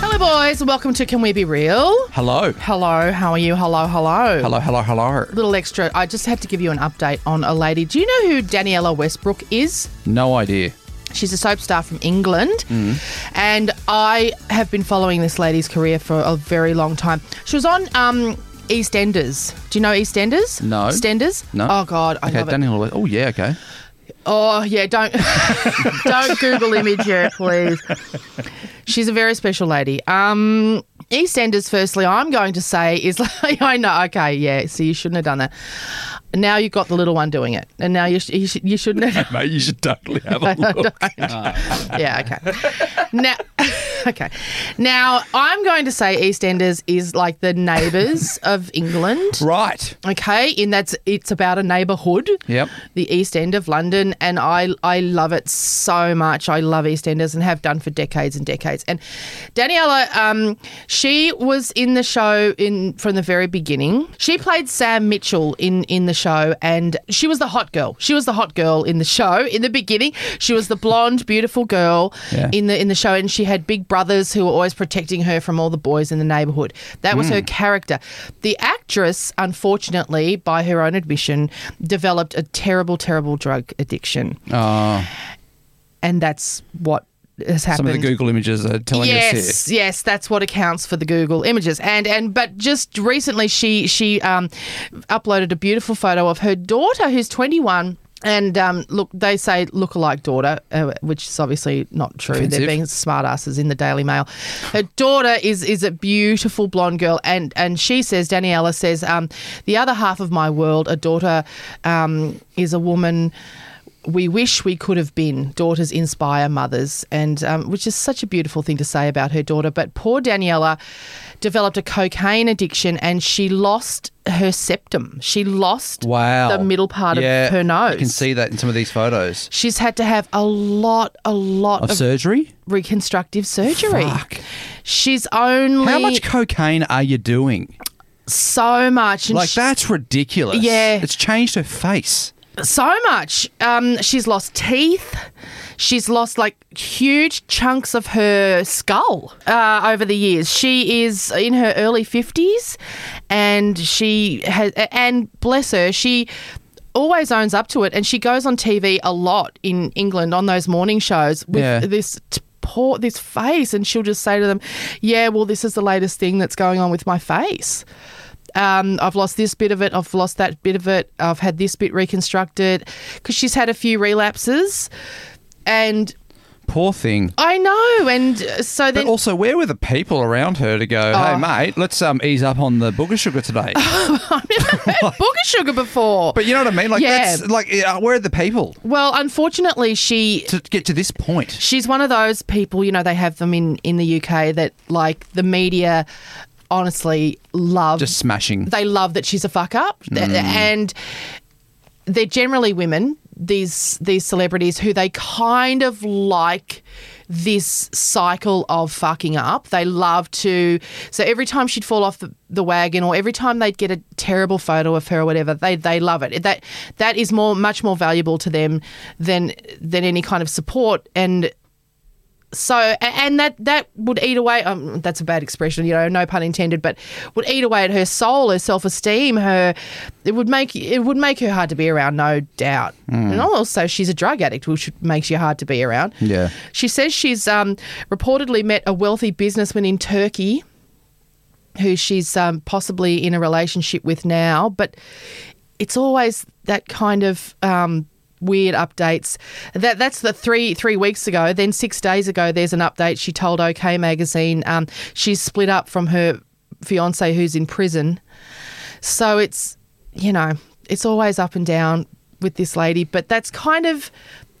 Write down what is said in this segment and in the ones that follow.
Hello, boys. Welcome to Can We Be Real? Hello. Hello. How are you? Hello, hello. Hello, hello, hello. Little extra. I just had to give you an update on a lady. Do you know who Daniela Westbrook is? No idea. She's a soap star from England. Mm. And I have been following this lady's career for a very long time. She was on um, EastEnders. Do you know EastEnders? No. EastEnders? No. Oh, God. I Okay, love it. Daniel. Oh, yeah, okay. Oh yeah, don't don't Google image her, please. She's a very special lady. Um, EastEnders, firstly, I'm going to say is like I know. Okay, yeah. So you shouldn't have done that. Now you've got the little one doing it, and now you sh- you, sh- you shouldn't have. Mate, you should totally have a look. yeah. Okay. Now, okay. Now I'm going to say EastEnders is like the neighbours of England. right. Okay, and that's it's about a neighbourhood. Yep. The East End of London, and I I love it so much. I love EastEnders and have done for decades and decades. And Daniela, um, she was in the show in from the very beginning. She played Sam Mitchell in in the show, and she was the hot girl. She was the hot girl in the show in the beginning. She was the blonde, beautiful girl Yeah. in the in the show, and she had big brothers who were always protecting her from all the boys in the neighborhood. That was Hmm. her character. The actress, unfortunately, by her own admission, developed a terrible, terrible drug addiction, Uh, and that's what has some happened. of the Google images are telling us Yes, here. yes, that's what accounts for the Google images. And and but just recently, she she um, uploaded a beautiful photo of her daughter, who's twenty one. And um, look, they say look-alike daughter, uh, which is obviously not true. Offensive. They're being smartasses in the Daily Mail. Her daughter is is a beautiful blonde girl, and and she says Daniela says um, the other half of my world, a daughter um, is a woman we wish we could have been. Daughters inspire mothers, and um, which is such a beautiful thing to say about her daughter. But poor Daniela developed a cocaine addiction, and she lost her septum. She lost Wow. the middle part Yeah, of her nose. You can see that in some of these photos. She's had to have a lot, a lot Of of, surgery? reconstructive surgery. Fuck. She's only How much cocaine are you doing? so much, and Like, she- that's ridiculous. Yeah. It's changed her face. so much. Um, she's lost teeth. She's lost like huge chunks of her skull uh, over the years. She is in her early fifties, and she has. And bless her, she always owns up to it. And she goes on TV a lot in England on those morning shows with Yeah. this. T- poor this face, and she'll just say to them, "Yeah, well, this is the latest thing that's going on with my face." um, I've lost this bit of it, I've lost that bit of it, I've had this bit reconstructed because she's had a few relapses. And Poor thing. I know. And uh, so But then, also, where were the people around her to go, Oh. hey, mate, let's um, ease up on the booger sugar today? booger sugar before. oh but you know what I mean? Like, Yeah. that's, like uh, where are the people well, unfortunately, she to get to this point? she's one of those people you know they have them in in the UK that like the media honestly love Just smashing. they love that she's a fuck up Th- and they're generally women these these celebrities who they kind of like this cycle of fucking up they love to so every time she'd fall off the, the wagon or every time they'd get a terrible photo of her or whatever they they love it that that is more much more valuable to them than than any kind of support and so a- and that that would eat away um, that's a bad expression you know no pun intended but would eat away at her soul her self-esteem her it would make it would make her hard to be around no doubt and also she's a drug addict which makes you hard to be around Yeah. she says she's um, reportedly met a wealthy businessman in turkey who she's um, possibly in a relationship with now, but it's always that kind of um, weird updates. That that's the three three weeks ago. Then six days ago, there's an update. She told OK Magazine um, she's split up from her fiance who's in prison. So it's you know it's always up and down with this lady, but that's kind of.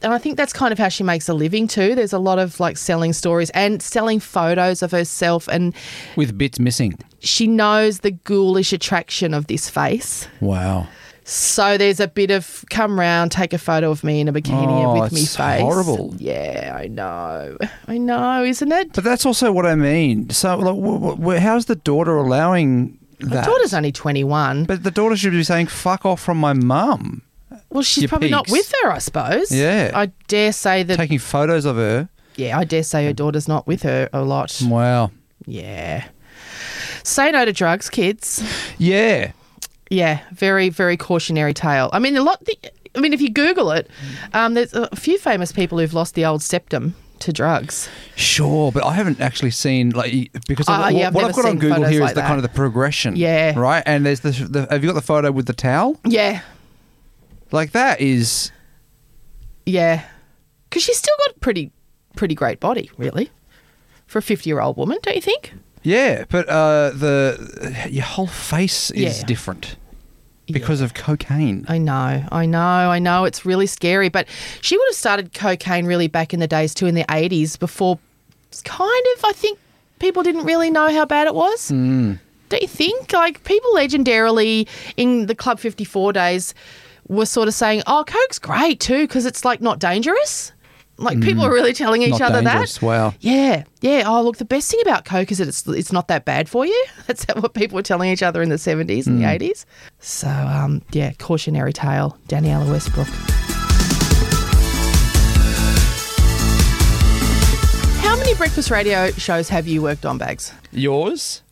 And I think that's kind of how she makes a living too. There's a lot of like selling stories and selling photos of herself and With bits missing. she knows the ghoulish attraction of this face. Wow. So there's a bit of come round, take a photo of me in a bikini Oh, with me it's face. horrible. Yeah, I know. I know, isn't it? But that's also what I mean. So, like, wh- wh- wh- how's the daughter allowing that? Daughter's only 21. But the daughter should be saying, fuck off from my mum. well, she's your probably not peaks. with her, I suppose. Yeah. I dare say that. Taking photos of her. yeah, I dare say her daughter's not with her a lot. Wow. Yeah. Say no to drugs, kids. Yeah. Yeah, very, very cautionary tale. I mean, a lot. The, I mean, if you Google it, um, there's a few famous people who've lost the old septum to drugs. Sure, but I haven't actually seen like because Ah, I, yeah, I've what never I've got on seen Google photos here is like the that. kind of the progression. Yeah. Right, and there's the, the have you got the photo with the towel? Yeah, Like that is yeah, because she's still got a pretty, pretty great body, really, for a fifty-year-old woman, don't you think? yeah, but uh, the your whole face is Yeah. different because of cocaine. I know, I know, I know. It's really scary, but she would have started cocaine really back in the days too, in the eighties, before it's kind of. I think people didn't really know how bad it was. Hmm. Don't you think? Like people legendarily in the Club Fifty Four days were sort of saying, "Oh, coke's great too because it's like not dangerous." Like people are really telling each Hmm. Not other dangerous, that. wow. Yeah, yeah. Oh, look, the best thing about Coke is that it's it's not that bad for you. That's what people were telling each other in the seventies and Hmm. the eighties. So, um, yeah, cautionary tale, Daniela Westbrook. How many breakfast radio shows have you worked on, Bags? Yours,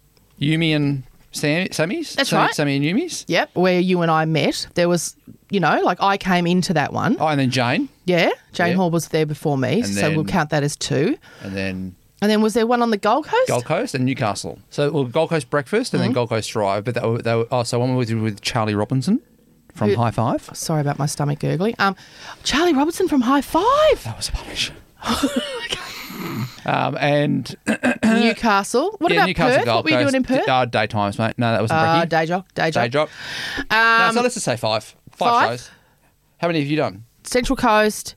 Yumi and Sam, Sammy's. That's Sammy, right. Sammy and Yumi's. Yep, where you and I met, there was, you know, like I came into that one. Oh, and then Jane, Yeah, Jane Yep. Hall was there before me, And so then- we'll count that as two. and then And then was there one on the Gold Coast? Gold Coast and Newcastle. So well, Gold Coast breakfast and then Mm-hmm. Gold Coast drive. But that, were- they were, oh, so one was with Charlie Robinson from High Five. Sorry about my stomach gurgling. Um, Charlie Robertson from High Five, That was Spanish. um, and Newcastle. What yeah, about Newcastle Perth? Gold what were you Coast. doing in Perth? Uh, daytimes, mate. No, that wasn't Ah, Brekkie. day job, day job. Day job. no, so let's just say five. Five, five? shows. How many have you done? Central Coast,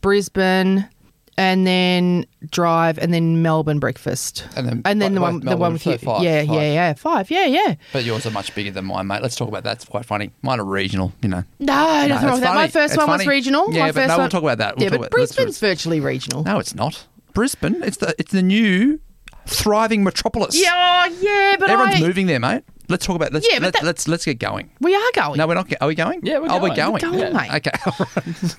Brisbane, and then drive, and then Melbourne breakfast, And then- the both one, the Melbourne, one with so you. five, yeah, five. yeah, yeah, five, yeah, yeah. But yours are much bigger than mine, mate. Let's talk about that. It's quite funny. Mine are regional, you know. No, No, nothing wrong it's with that. My funny. first It's one was funny. regional. Yeah, My but first no, we'll one- talk about that. We'll yeah, talk but about- let's do it. Brisbane's virtually regional. No, it's not. Brisbane. It's the it's the new thriving metropolis. Yeah, oh, yeah, but Everyone's I, moving there, mate. Let's talk about. Let's Yeah, but let's, that- let's let's get going. We are going. No, we're not. ge- Are we going? Yeah, we're Oh, we're going. going. going, We're mate. Okay.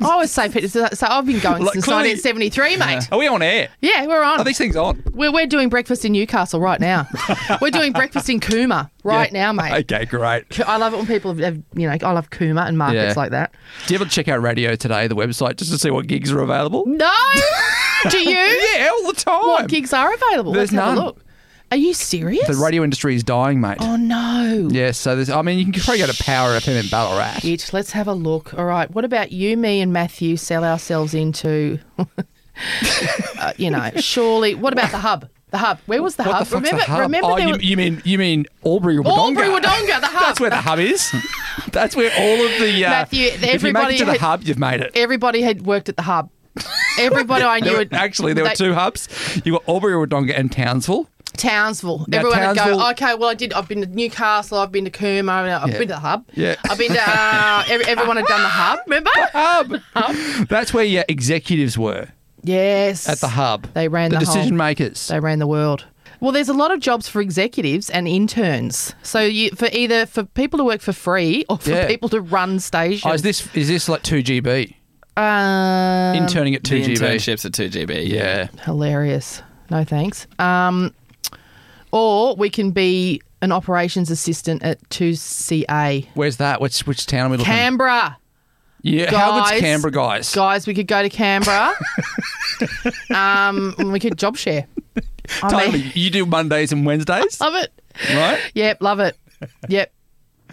I always say, Peter, so so I've been going Like, since clearly- 1973, mate. Are we on air? Yeah, we're on. Are these things on? We're, we're doing breakfast in Newcastle right now. we're doing breakfast in Cooma right Yeah. now, mate. Okay, great. I love it when people have, you know, I love Cooma and markets Yeah. like that. Do you ever check out radio today, the website, just to see what gigs are available? No! Do you? Yeah, all the time. Mm. What gigs are available? There's Let's have none. a look. Are you serious? The radio industry is dying, mate. oh no. Yeah, so there's, I mean, you can probably go to Power FM in Ballarat. It. Let's have a look. All right. What about you, me, and Matthew sell ourselves into? uh, you know, surely. What about the hub? The hub. Where was the What hub? the fuck's remember? the hub? Remember? oh, there you, were- you mean you mean Albury Wodonga? Albury Wodonga, the hub. That's where the hub is. That's where all of the uh, Matthew, If you make everybody it to the had- hub, you've made it. Everybody had worked at the hub. Everybody I knew. There were, had- actually, there they- were two hubs. You got Albury Wodonga and Townsville. Townsville. Now, Everyone would Townsville- go, okay, well, I did. I've been to Newcastle. I've been to Coombe. I've I've Yeah. been to the hub. Yeah. I've been to. Uh, every, everyone had done the hub. Remember? Hub. That's where your executives were Yes. at the hub. They ran the whole- decision makers. They ran the world. Well, there's a lot of jobs for executives and interns. So you for either for people to work for free or for Yeah. people to run stations. Oh, is this is this like two GB Um, interning at two the GB? internships at 2GB. Yeah, hilarious. No thanks. Um, or we can be an operations assistant at 2CA. where's that? Which which town are we looking? Canberra. yeah, how good's Canberra, guys? Guys, we could go to Canberra. um, and we could job share. I Totally. mean, You do Mondays and Wednesdays, love it. right? Yep, love it. Yep.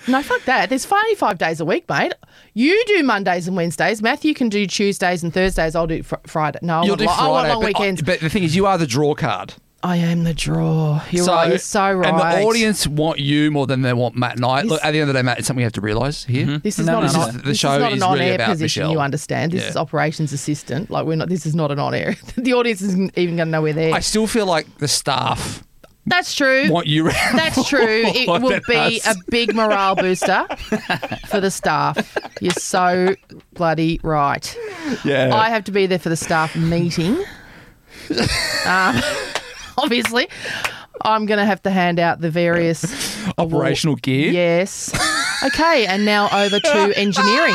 No, fuck that. There's only five days a week, mate. You do Mondays and Wednesdays. Matthew can do Tuesdays and Thursdays. I'll do fr- Friday. No, I You'll want, do lo- I want Friday, long but, uh, weekends. I, but the thing is, you are the draw card. am the draw. You're right. You're so right. And the audience want you more than they want Matt and I. Look, Yes. at the end of the day, Matt, it's something we have to realise here. This is No, not this an is- on- the this show is not is an on-air really about position. Michelle. You understand? This Yeah. is operations assistant. Like we're not. This is not an on-air. the audience isn't even going to know we're there. I still feel like the staff That's true. want you around. That's true. It more will than be us. a big morale booster for the staff. You're so bloody right. yeah. I have to be there for the staff meeting. um, obviously, I'm going to have to hand out the various Operational gear. Oh, Yes. Okay, and now over to engineering.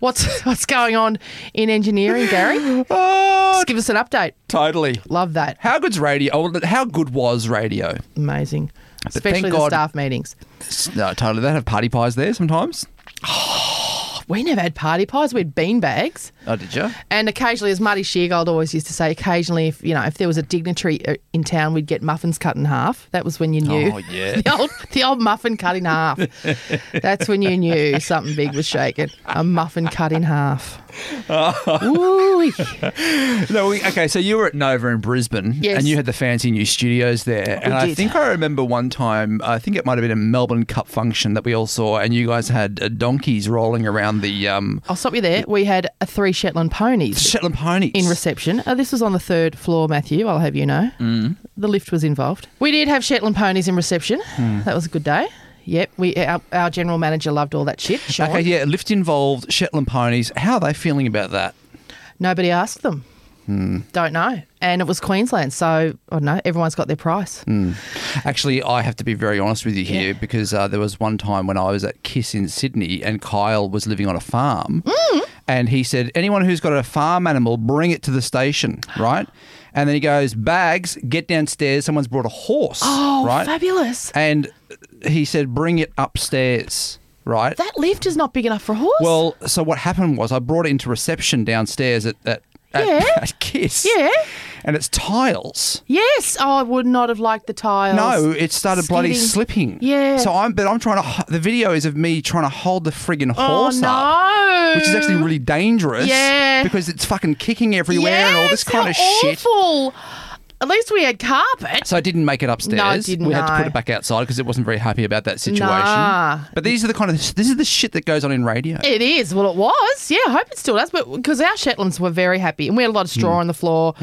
What's what's going on in engineering, Gary? Oh, Just give us an update. totally. Love that. How good's radio? oh, How good was radio? Amazing. thank Especially the God- staff meetings. No, totally. They have party pies there sometimes. We never had party pies. We had bean bags. Oh, did you? And occasionally, as Marty Sheargold always used to say, occasionally, if you know, if there was a dignitary uh, in town, we'd get muffins cut in half. That was when you knew. Oh, yeah. the old the old muffin cut in half. That's when you knew something big was shaking. A muffin cut in half. Oh. Ooh, No, we, okay. So you were at Nova in Brisbane, Yes. and you had the fancy new studios there. And I did. think I remember one time. I think it might have been a Melbourne Cup function that we all saw, and you guys had uh, donkeys rolling around the um, I'll stop you there. We had a three Shetland ponies Shetland ponies. in reception. Uh, this was on the third floor, Matthew. I'll have you know, mm. the lift was involved. We did have Shetland ponies in reception. Hmm. That was a good day. Yep, we our, our general manager loved all that shit. Sean. okay, yeah, lift involved Shetland ponies. How are they feeling about that? Nobody asked them. Hmm. Don't know. And it was Queensland, so I don't know. Everyone's got their price. Hmm. Actually, I have to be very honest with you here because uh, there was one time when I was at Kiss in Sydney and Kyle was living on a farm. Mm. And he said, Anyone who's got a farm animal, bring it to the station, right? And then he goes, Bags, get downstairs. Someone's brought a horse, Oh, right? fabulous! And he said, Bring it upstairs, right? That lift is not big enough for a horse. well, so what happened was I brought it into reception downstairs at, at, at, Yeah. at Kiss. Yeah. And it's tiles. yes. Oh, I would not have liked the tiles. No, it started bloody Skidding. slipping. Oh, Yeah. So I'm, but I'm trying to. h- The video is of me trying to hold the friggin' Oh horse up, no! which is actually really dangerous. Yeah. Because it's fucking kicking everywhere yes, and all this kind how of shit. awful. At least we had carpet. So I didn't make it upstairs. didn't, we had to no. put it back outside because it wasn't very happy about that situation. Nah. But these are the kind of this is the shit that goes on in radio. It is. Well, it was. Yeah, I hope it still does. But because our Shetlands were very happy, and we had a lot of straw on the floor.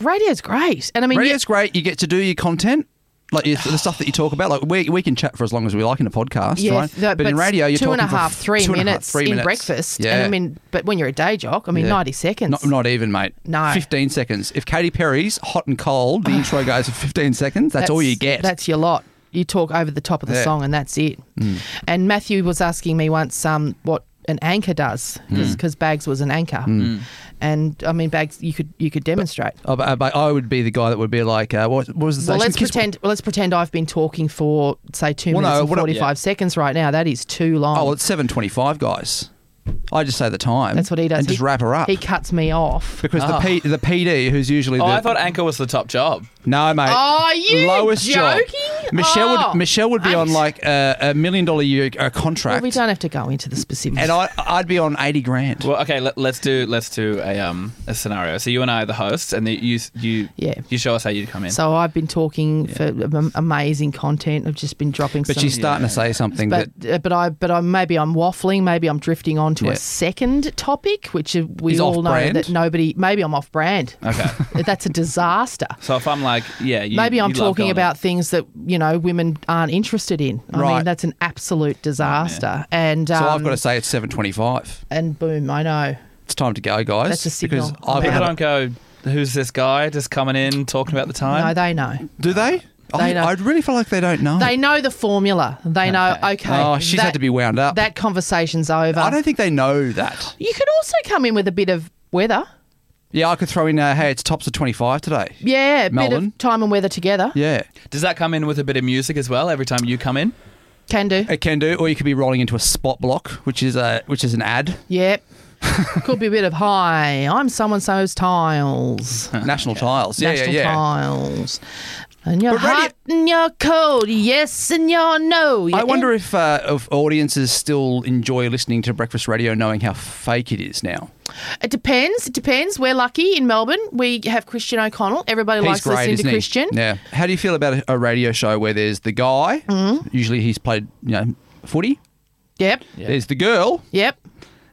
Radio's great, and I mean, yeah- Mm. Radio's great. You get to do your content. Like your, the stuff that you talk about, like we, we can chat for as long as we like in a podcast, right? th- but in radio, you're two talking and a for half, f- three two and a half, minutes three in minutes. breakfast. Yeah. And I mean, but when you're a day jock, I mean, Yeah. ninety seconds. Not, not even, mate. No. 15 seconds. If Katy Perry's hot and cold, the intro goes for 15 seconds, that's, all you get. That's your lot. You talk over the top of the Yeah. Hmm. song, and that's it. And Matthew was asking me once um, what an anchor does, Hmm. because Bags was an anchor, and I mean, Bags, you could you could demonstrate. Oh, Hmm. but, but I would be the guy that would be like, uh, what, what was the station? Well, let's Kiss- pretend. Well, let's pretend I've been talking for say two Well, minutes no, and what I- forty-five yeah. seconds right now. That is too long. Oh, it's 7.25, guys. I just say the time. That's what he does. And just He- wrap her up. He Oh. cuts me off. because the, P, the PD, who's usually Oh, the. I thought anchor was the top job. no, mate. Are you lowest joking? job. Michelle Oh. would Michelle would be on I'm- like a, a million dollar year uh, Well, contract, we don't have to go into the specifics. and I I'd be on eighty grand. Well, okay, let, let's do let's do a um a scenario. So you and I are the hosts, and the, you you Yeah. you show us how you'd come in. so I've been talking for um, amazing content. I've just been dropping. but some, she's starting to say something that But uh, but I but I maybe I'm waffling. Maybe I'm drifting on to Yeah. a second topic, which uh, we Is all know off-brand? that nobody. Maybe I'm off brand. okay. That's a disaster. So if I'm like, yeah, you, Maybe I'm you love talking going about things that you know women aren't interested in. I Right. mean, that's an absolute disaster. And um, So I've got to say it's seven twenty-five. and boom, I know. It's time to go, guys. That's a because signal. I've People had, don't go. Who's this guy just coming in talking about the time? No, they know. do they? I, know. I really feel like they don't know. They know the formula. They know. Okay. Oh, she's had to be wound up. That conversation's over. I don't think they know that. you could also come in with a bit of weather. Yeah, I could throw in. Uh, hey, it's tops of twenty-five today. Yeah, a bit Melbourne. of time and weather together. Yeah, Does that come in with a bit of music as well every time you come in? Can do. it can do. Or you could be rolling into a spot block, which is a which is an ad. Yep. Could be a bit of hi. I'm someone so's tiles. National Tiles. Yeah, National yeah, yeah. tiles. And you're But radio- hot and you're cold. Yes and you're no. I wonder if uh, if audiences still enjoy listening to breakfast radio, knowing how fake it is now. It depends. It depends. We're lucky in Melbourne. We have Christian O'Connell. Everybody likes listening to he? Christian. Yeah. How do you feel about a, a radio show where there's the guy? Mm-hmm. Usually he's played, you know, footy. Yep. There's the girl, Yep.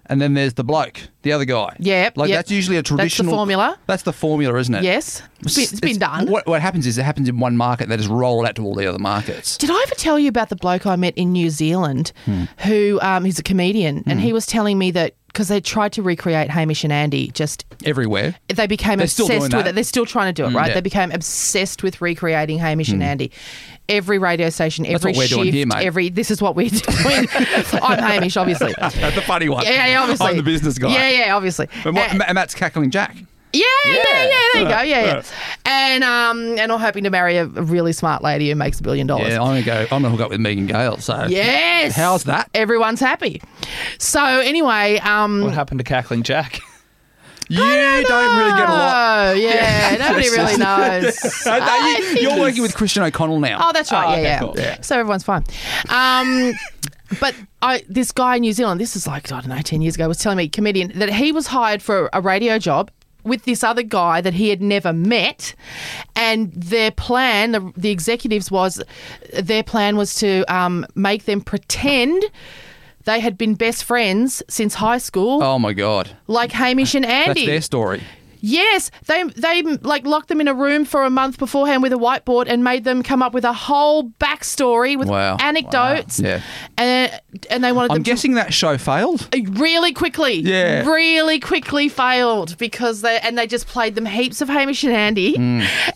and then there's the bloke, the other guy. Yep, Like yep. that's usually a That's the traditional formula. That's the formula, isn't it? Yes. It's been, it's been done. What, what happens is it happens in one market. They just roll it out to all the other markets. Did I ever tell you about the bloke I met in New Zealand Hmm. who um, he's a comedian and he was telling me that because they tried to recreate Hamish and Andy, just Everywhere. they became They're still obsessed with doing that. Hmm. it. They're still trying to do it, right? yeah. Hmm. They became obsessed with recreating Hamish and Andy. Every radio station, every what we're shift, doing here, mate. every this is what we're doing. I'm Hamish, obviously. That's the funny one. Yeah, yeah, obviously. I'm the business guy. Yeah, yeah, obviously. And what, Uh, Ma- Matt's cackling Jack. yeah, yeah, yeah, There you go. Yeah, yeah. And um, and I'm hoping to marry a a really smart lady who makes a billion dollars. Yeah, I'm gonna go. I'm gonna hook up with Megan Gale. So Yes. How's that? Everyone's happy. So anyway, um What happened to cackling Jack? you don't, really get a lot. Oh, yeah, nobody really knows. No, no, I you, think you're he's- working with Christian O'Connell now. Oh, that's right. Oh, yeah, okay, yeah. cool. Yeah. So everyone's fine. Um, but I, this guy in New Zealand, this is like I don't know, ten years ago, was telling me comedian that he was hired for a radio job with this other guy that he had never met, and their plan, the, the executives was, their plan was to um, make them pretend. They had been best friends since high school, Oh my god, like Hamish and that's Andy. their story. Yes, they they like locked them in a room for a month beforehand with a whiteboard and made them come up with a whole backstory with Wow. anecdotes. Wow. Yeah. and and they wanted I'm them to guessing that show failed. really quickly, Yeah. really quickly failed because they and they just played them heaps of Hamish and Andy,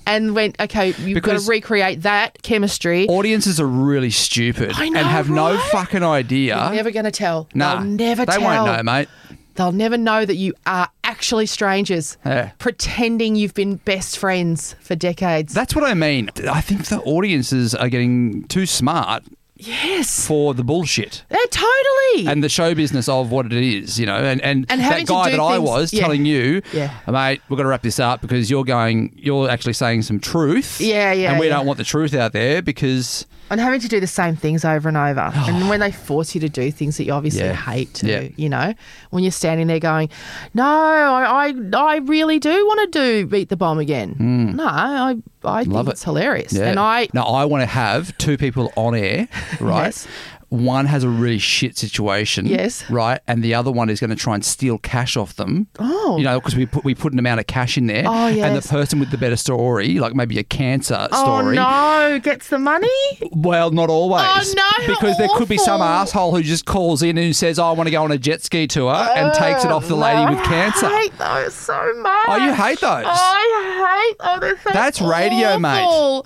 and went okay, you've got Hmm. Because- to recreate that chemistry. Audiences are really stupid I know, and have no right? fucking idea. They're never going to tell. nah, They'll never they tell. won't know, mate. They'll never know that you are actually strangers, Yeah. pretending you've been best friends for decades. That's what I mean. I think the audiences are getting too smart yes. for the bullshit Yeah, totally. and the show business of what it is, you know. And and, And having that to guy that do I things- was yeah. telling you, Yeah. mate, we're going to wrap this up because you're going, you're actually saying some truth. Yeah, yeah, And we yeah. don't want the truth out there because and having to do the same things over and over. and when they force you to do things that you obviously Oh. Yeah. hate to, Yeah. you know, when you're standing there going, no, I, I, I really do want to do Beat the Bomb again. No, I, I Hmm. Love think it. it's hilarious. Yeah. And I, now I want to have two people on air, right? Yes. One has a really shit situation, Yes. right, and the other one is going to try and steal cash off them. Oh. you know, because we put we put an amount of cash in there, Oh, and yes. the person with the better story, like maybe a cancer oh story, no, gets the money? well, not always. Oh, no, because there could be some awful. asshole who just calls in and says, "I want to go on a jet ski tour," Uh, and takes it off the lady with cancer. Oh, I hate those so much. Oh, you hate those? I hate. Oh, they're so That's radio, mate. awful.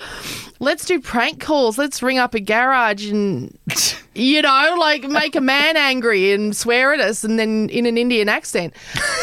Let's do prank calls. Let's ring up a garage and you know, like make a man angry and swear at us, and then in an Indian accent.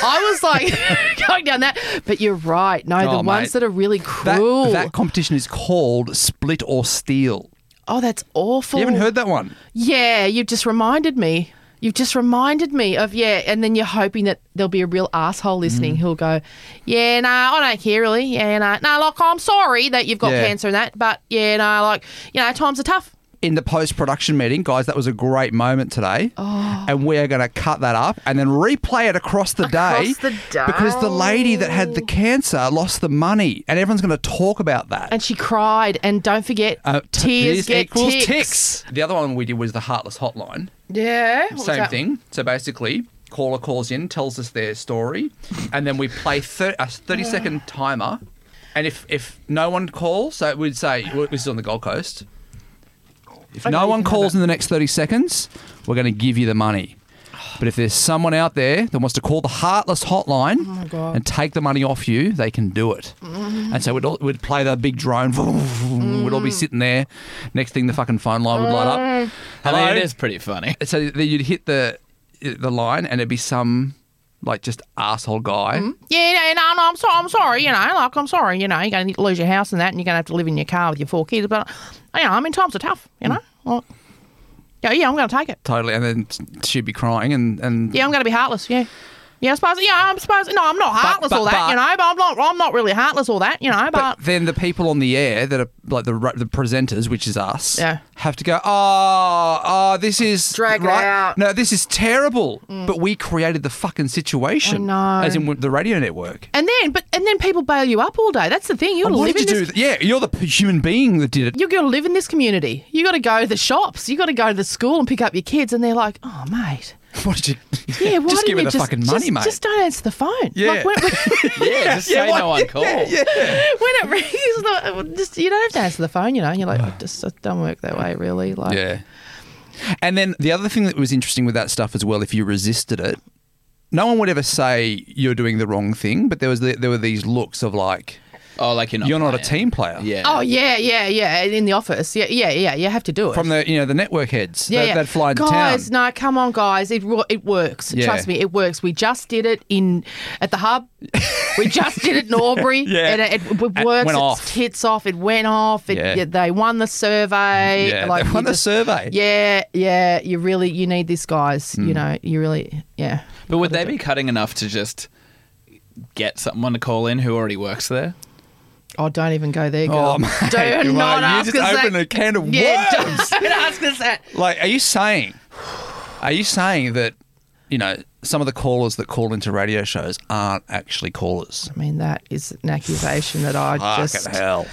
I was like going down that, but you're right. No, Oh, the ones mate. that are really That, cruel. that competition is called split or steal. oh, that's awful. You haven't heard that one? Yeah, you just reminded me. You've just reminded me of yeah, and then you're hoping that there'll be a real asshole Mm. listening who'll go, yeah, no, I don't care really, yeah, no, no, like I'm sorry that you've got Yeah. cancer and that, but yeah, no, like you know, times are tough. in the post production meeting, guys, that was a great moment today. Oh. And we are going to cut that up and then replay it across the day. Across the day. Because the lady that had the cancer lost the money and everyone's going to talk about that. And she cried, and don't forget, Uh, t- tears this get equals ticks. The other one we did was the Heartless Hotline. Yeah, what was Same that? thing. So basically, caller calls in, tells us their story, and then we play thir- a 30 second timer. And if, if no one calls, so we'd say, well, this is on the Gold Coast. If no one calls in the next 30 seconds, we're going to give you the money. But if there's someone out there that wants to call the Heartless Hotline Oh and take the money off you, they can do it. Mm. And so we'd, all, we'd play the big drone. We'd all be sitting there. Next thing, the fucking phone line would light Mm. up. I Hello? mean, it is pretty funny. so then you'd hit the the line and it'd be some like just asshole guy. Yeah, no, no, no, I'm sorry, I'm sorry, you know, like I'm sorry, you know, you're going to lose your house and that, and you're going to have to live in your car with your four kids. But you know, I mean, times are tough, you Mm. know. Well, yeah, yeah, I'm going to take it. Totally, and then she'd be crying and and Yeah, I'm going to be heartless. Yeah, yeah, I suppose. Yeah, I'm supposed. No, I'm not heartless but- all that, you but- know. But I'm not. I'm not really heartless all that, you know. But, But then the people on the air that are like the the presenters, which is us, Yeah. have to go. Oh, oh, this is Drag it right? out." Mm. No, this is terrible. But we created the fucking situation. I know. as in with the radio network. and then, but and then people bail you up all day. That's the thing. You're Why living did you do? this. th- yeah, you're the p- human being that did it. You've got to live in this community. You got to go to the shops. You got to go to the school and pick up your kids, and they're like, "Oh, mate, What did you? yeah, why just didn't give you her the just, fucking money, just, mate. Just don't answer the phone. Yeah. Like, when, when, Yeah, just say no one called. when it rings, the, just you don't have to answer the phone. You know, you're like, "Oh, just it don't work that way, really. Like, Yeah. And then the other thing that was interesting with that stuff as well, if you resisted it, no one would ever say you're doing the wrong thing, but there was the, there were these looks of like Oh, like you're not. you're not a playing. team player. Yeah. oh yeah, yeah, yeah. In the office, yeah, yeah, yeah. You have to do it From the you know the network heads that, that fly into guys, town. no, come on, guys. It wo- it works. Yeah. Trust me, it works. We just did it in at the hub. we just did it in Aubrey. Yeah. and it, it, works. went it's off. Hits off. It went off. It, Yeah. yeah, they won the survey. Yeah, like, they you won the just- survey. Hmm. Yeah, yeah. You really you need this, guys. You know, you really yeah. But would they be cutting enough to just get someone to call in who already works there? Oh, don't even go there, girl. Oh, mate, do mate, not you ask just us opened that. a can of yeah, worms. Don't, ask us that. Like, are you saying, are you saying that you know some of the callers that call into radio shows aren't actually callers? I mean, that is an accusation that I just Fucking hell.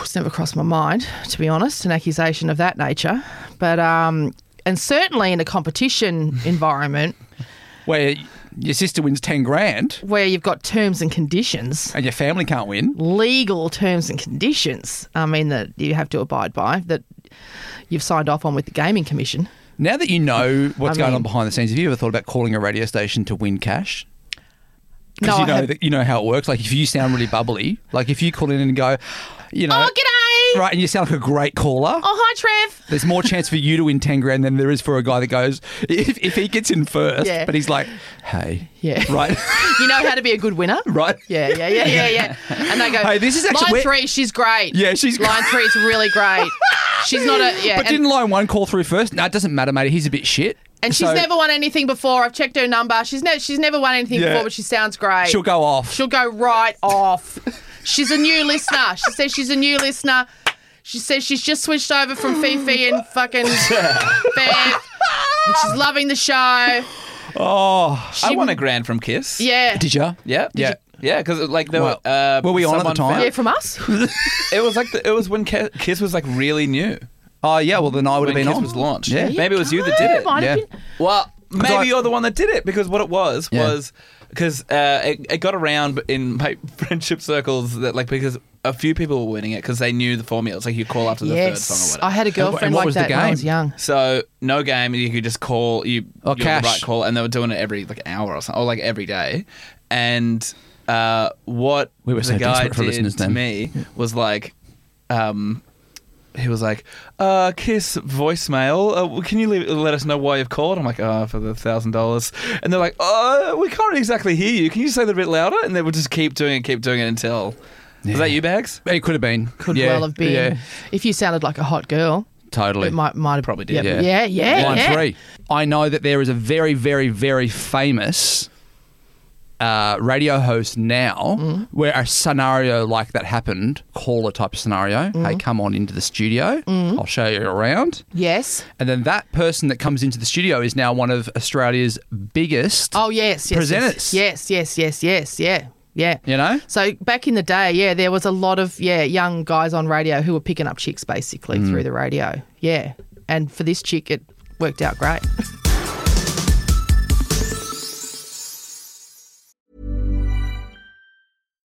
it's never crossed my mind, to be honest, an accusation of that nature. But um, and certainly in a competition environment Where your sister wins ten grand where you've got terms and conditions, and your family can't win. legal terms and conditions. I mean that you have to abide by that you've signed off on with the gaming commission. Now that you know what's I going on mean- behind the scenes, have you ever thought about calling a radio station to win cash? Because No, you I know have- that you know how it works. Like if you sound really bubbly, like if you call in and go, you know, Oh, g'day! right, and you sound like a great caller. Oh, hi, Trev. There's more chance for you to win ten grand than there is for a guy that goes if, if he gets in first, Yeah. but he's like, hey, Yeah. right, You know how to be a good winner, right, Yeah, yeah, yeah, yeah, yeah. And they go, Hey, this is actually- line we're- three. She's great. Yeah, she's line three is really great. She's not a Uh, yeah. But and- didn't line one call through first? No, it doesn't matter, mate. He's a bit shit, And she's So never won anything before. I've checked her number. She's ne- she's never won anything Yeah. before, but she sounds great. She'll go off. She'll go right off. She's a new listener. She says she's a new listener. She says she's just switched over from Fifi and fucking Bev. And she's loving the show. oh, I won a grand from Kiss. Yeah. did you? Yeah. Yeah. Yeah, because like there Well, were. Uh, were we on at the someone time? yeah, from us? It was like the, it was when Ki- Kiss was like really new. Oh yeah, well then I would When have been Kiss on. was launched. Yeah. Maybe it was you that did Oh, it. might have Yeah. been- Well, maybe I- you're the one that did it because what it was Yeah. was because uh, it, it got around in my friendship circles that like because a few people were winning it because they knew the formula. It's like you call after the third song or Yes. whatever. I had a and girlfriend what like was the that when I game? was young. so no game, you could just call you Oh, you cash. had the right call, and they were doing it every like hour or something, or like every day. And uh, what We were the so guy desperate for did listeners to then. me was like, um, he was like, uh, Kiss voicemail. Uh, can you leave, let us know why you've called? I'm like, oh, for the thousand dollars. And they're like, uh, we can't exactly hear you. Can you say that a bit louder? And they would just keep doing it, keep doing it until. Was that you, Bags? It could have been. Could well have been. If you sounded like a hot girl. totally. It might might have Probably did, Yeah, yeah, Yeah. yeah. Line yeah. three. I know that there is a very, very, very famous uh, radio host now Mm. where a scenario like that happened, caller type of scenario. Mm. Hey, come on into the studio. I'll show you around. Yes. And then that person that comes into the studio is now one of Australia's biggest. Oh yes, yes, Presenters. Yes, yes, yes, yes, yes, yeah, yeah. You know? So back in the day, yeah, there was a lot of yeah young guys on radio who were picking up chicks basically through the radio. Yeah, and for this chick, it worked out great.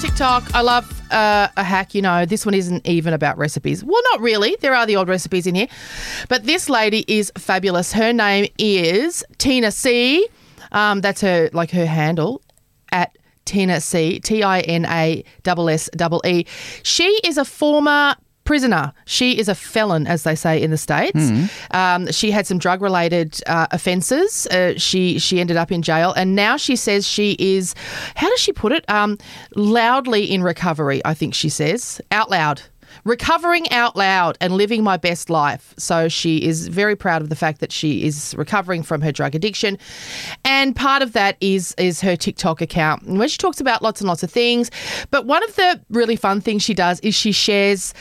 TikTok, I love uh, a hack. You know, this one isn't even about recipes. Well, not really. There are the old recipes in here, but this lady is fabulous. Her name is Tina C. Um, that's her like her handle at Tina C. T I N A S S E E. She is a former prisoner. She is a felon, as they say in the states. Um, she had some drug-related uh, offences. Uh, she she ended up in jail, and now she says she is. How does she put it? Um, loudly in recovery. I think she says out loud. Recovering out loud and living my best life. So she is very proud of the fact that she is recovering from her drug addiction, and part of that is is her TikTok account where she talks about lots and lots of things. But one of the really fun things she does is she shares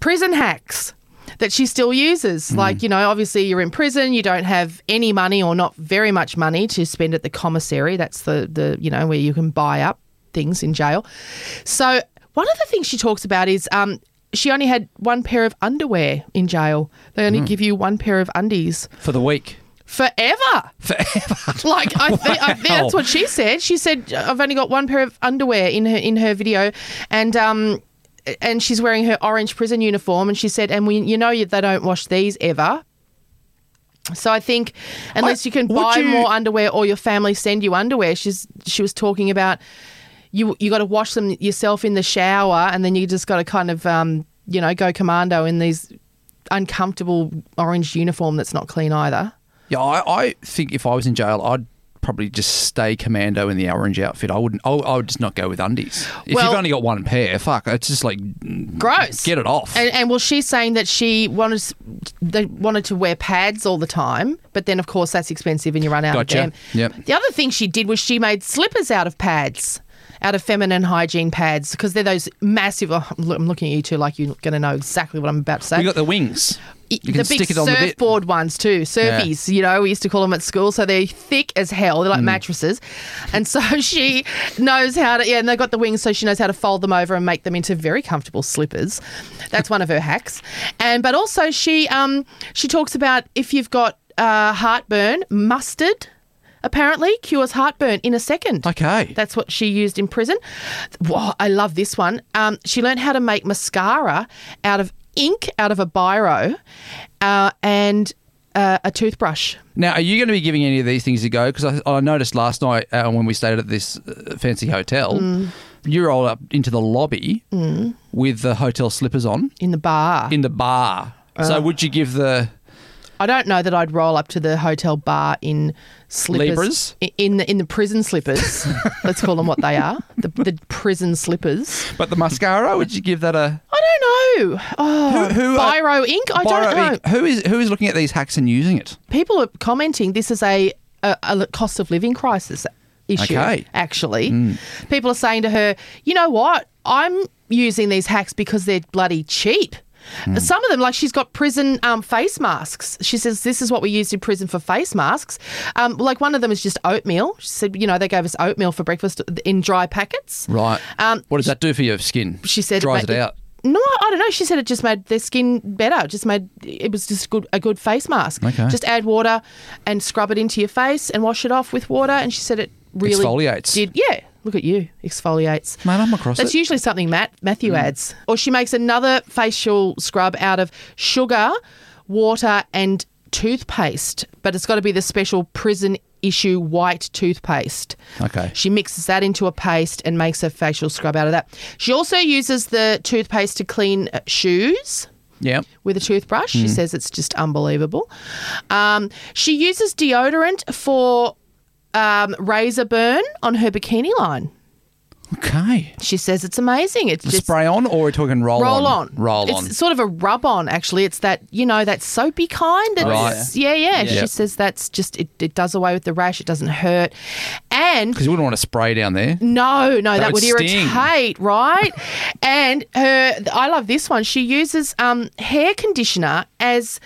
prison hacks that she still uses. Like, you know, obviously you're in prison, you don't have any money or not very much money to spend at the commissary. That's the, the you know, where you can buy up things in jail. So, one of the things she talks about is um, she only had one pair of underwear in jail. They only give you one pair of undies For the week. forever. Forever. like I, thi- I think that's what she said. She said I've only got one pair of underwear in her in her video, and um, and she's wearing her orange prison uniform, and she said, and we you know you- they don't wash these ever. So I think unless I- you can would buy you- more underwear or your family send you underwear, she's she was talking about you you got to wash them yourself in the shower, and then you just got to kind of um, you know go commando in these uncomfortable orange uniform that's not clean either. Yeah, I, I think if I was in jail, I'd probably just stay commando in the orange outfit. I wouldn't. I, I would just not go with undies. If Well- you've only got one pair, fuck. It's just like gross. get it off. And, and well, she's saying that she wanted s- they wanted to wear pads all the time, but then of course that's expensive and you run out Gotcha. of them. Yep. The other thing she did was she made slippers out of pads. Out of feminine hygiene pads because they're those massive. Oh, I'm loo- I'm looking at you two like you're going to know exactly what I'm about to say. you got the wings. You the can big stick it on the bit. surfboard ones too, surfies. You know, we used to call them at school. So they're thick as hell. They're Mm. like mattresses, and so she knows how to. Yeah, and they got the wings, so she knows how to fold them over and make them into very comfortable slippers. That's one of her hacks. And but also she um she talks about if you've got uh, heartburn, mustard apparently cures heartburn in a second. Okay. That's what she used in prison. Wow, I love this one. Um, she learned how to make mascara out of ink, out of a biro, uh, and uh, a toothbrush. Now, are you going to be giving any of these things a go? Because I, I noticed last night uh, when we stayed at this uh, fancy hotel, you rolled up into the lobby with the hotel slippers on In the bar. in the bar. so would you give the I don't know that I'd roll up to the hotel bar in slippers. Libras? I- In the, in the prison slippers. Let's call them what they are the, the prison slippers. but the mascara? Would you give that a I don't know. Oh, Who- who are- biro ink? I Borrow don't know. ink? Who is who is looking at these hacks and using it? People are commenting this is a, a, a cost of living crisis. issue, Okay. actually. People are saying to her, you know what? I'm using these hacks because they're bloody cheap. Some of them, like she's got prison um, face masks. She says, This is what we used in prison for face masks. Um, like one of them is just oatmeal. She said, You know, they gave us oatmeal for breakfast in dry packets. Right. Um, what does that do for your skin? She said dries it, ma- out. No, I don't know. She said it just made their skin better. It just made it was just good a good face mask. Okay. Just add water and scrub it into your face and wash it off with water. And she said it really Exfoliates. Did yeah. Look at you, exfoliates. Mate, I'm across That's it. usually something Matt Mm. Matthew adds, or she makes another facial scrub out of sugar, water, and toothpaste. But it's got to be the special prison issue white toothpaste. Okay. She mixes that into a paste and makes a facial scrub out of that. She also uses the toothpaste to clean uh, shoes Yeah. with a toothbrush. She says it's just unbelievable. Um, she uses deodorant for um, razor burn on her bikini line. Okay. She says it's amazing. It's just Spray on, or we're talking roll, roll on. Roll it's on. sort of a rub on, actually. It's that, you know, that soapy kind. That Right. is- yeah, yeah, Yeah. She says that's just, it, it does away with the rash. It doesn't hurt. And Because you wouldn't want to spray down there. No, no, that, would would, sting. irritate, right? and her, I love this one. She uses um, hair conditioner as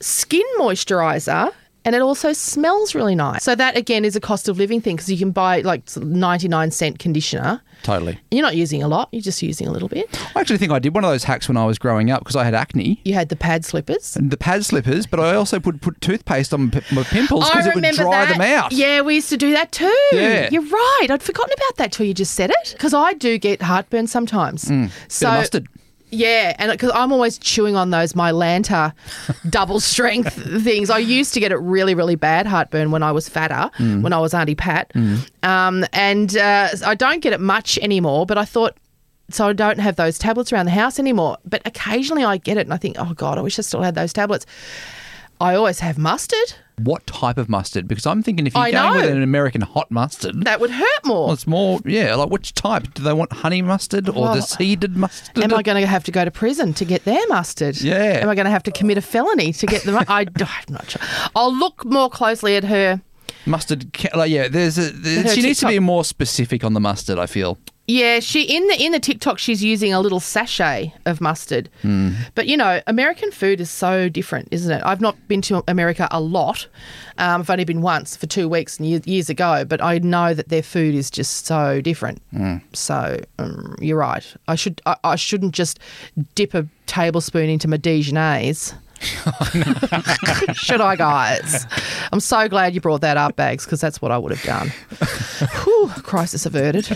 skin moisturizer. And it also smells really nice. So that again is a cost of living thing because you can buy like ninety nine cent conditioner. Totally. You're not using a lot; you're just using a little bit. I actually think I did one of those hacks when I was growing up because I had acne. You had the pad slippers. and The pad slippers, but I also would put toothpaste on p- my pimples because it would dry them out. Yeah, we used to do that too. Yeah. You're right. I'd forgotten about that till you just said it. Because I do get heartburn sometimes. Mm. so Bit of mustard. Yeah, and because I'm always chewing on those Mylanta double strength things. I used to get it really, really bad heartburn when I was fatter, when I was Auntie Pat, um, and uh, I don't get it much anymore. But I thought, so I don't have those tablets around the house anymore. But occasionally I get it, and I think, oh God, I wish I still had those tablets. I always have mustard. What type of mustard? Because I'm thinking if you're I going with know. an American hot mustard, That would hurt more. well, it's more, yeah, like which type? Do they want honey mustard or the Well, seeded mustard? Am I going to have to go to prison to get their mustard? Yeah. Am I going to have to commit a felony to get the? mu- I, I'm not sure. I'll look more closely at her. mustard? ca- Like, yeah, there's a. there- her she needs to TikTok. be more specific on the mustard, I feel. Yeah, she in the in the TikTok she's using a little sachet of mustard. But you know, American food is so different, isn't it? I've not been to America a lot. Um, I've only been once for two weeks and years, years ago, but I know that their food is just so different. So um, you're right. I should I, I shouldn't just dip a tablespoon into my Dijonnaise. should I, guys? I'm so glad you brought that up, Bags, because that's what I would have done. Whew, crisis averted.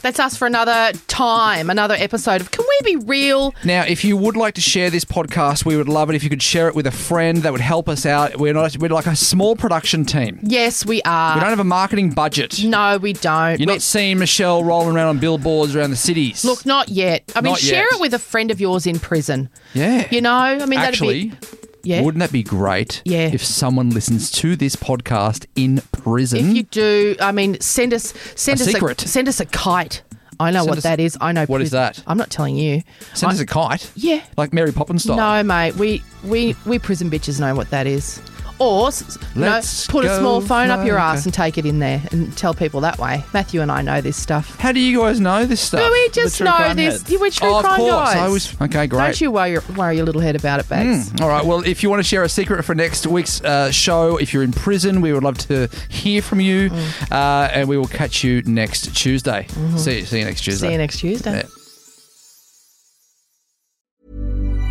That's us for another time, another episode of Can We Be Real? Now, if you would like to share this podcast, we would love it if you could share it with a friend. That would help us out. We're not. We're like a small production team. Yes, we are. We don't have a marketing budget. no, we don't. You're We- not seeing Michelle rolling around on billboards around the cities. Look, not yet. I mean, Not share yet. it with a friend of yours in prison. yeah, You know, I mean, actually, that'd be. Yeah. wouldn't that be great? Yeah. if someone listens to this podcast in prison. If you do, I mean, send us send A us hmm? secret. a send us a kite. I know Send what us- that is. I know What is prison- that? I'm not telling you. Send I- us a kite. Yeah. like Mary Poppins style. No, mate. We we we prison bitches know what that is. Or s- s- you know, Let's put a go small phone up your fly. ass and take it in there and tell people that way. Matthew and I know this stuff. How do you guys know this stuff? Do we just true know crime this? heads. You We're true oh, of crime course. guys. I was okay. Great. Don't you worry, worry your little head about it, Bags. Hmm. All right. Well, if you want to share a secret for next week's uh, show, if you're in prison, we would love to hear from you, Mm. uh, and we will catch you next Tuesday. See you. See you next Tuesday. Mm-hmm. See you next Tuesday.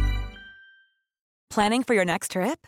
Yeah. Planning for your next trip?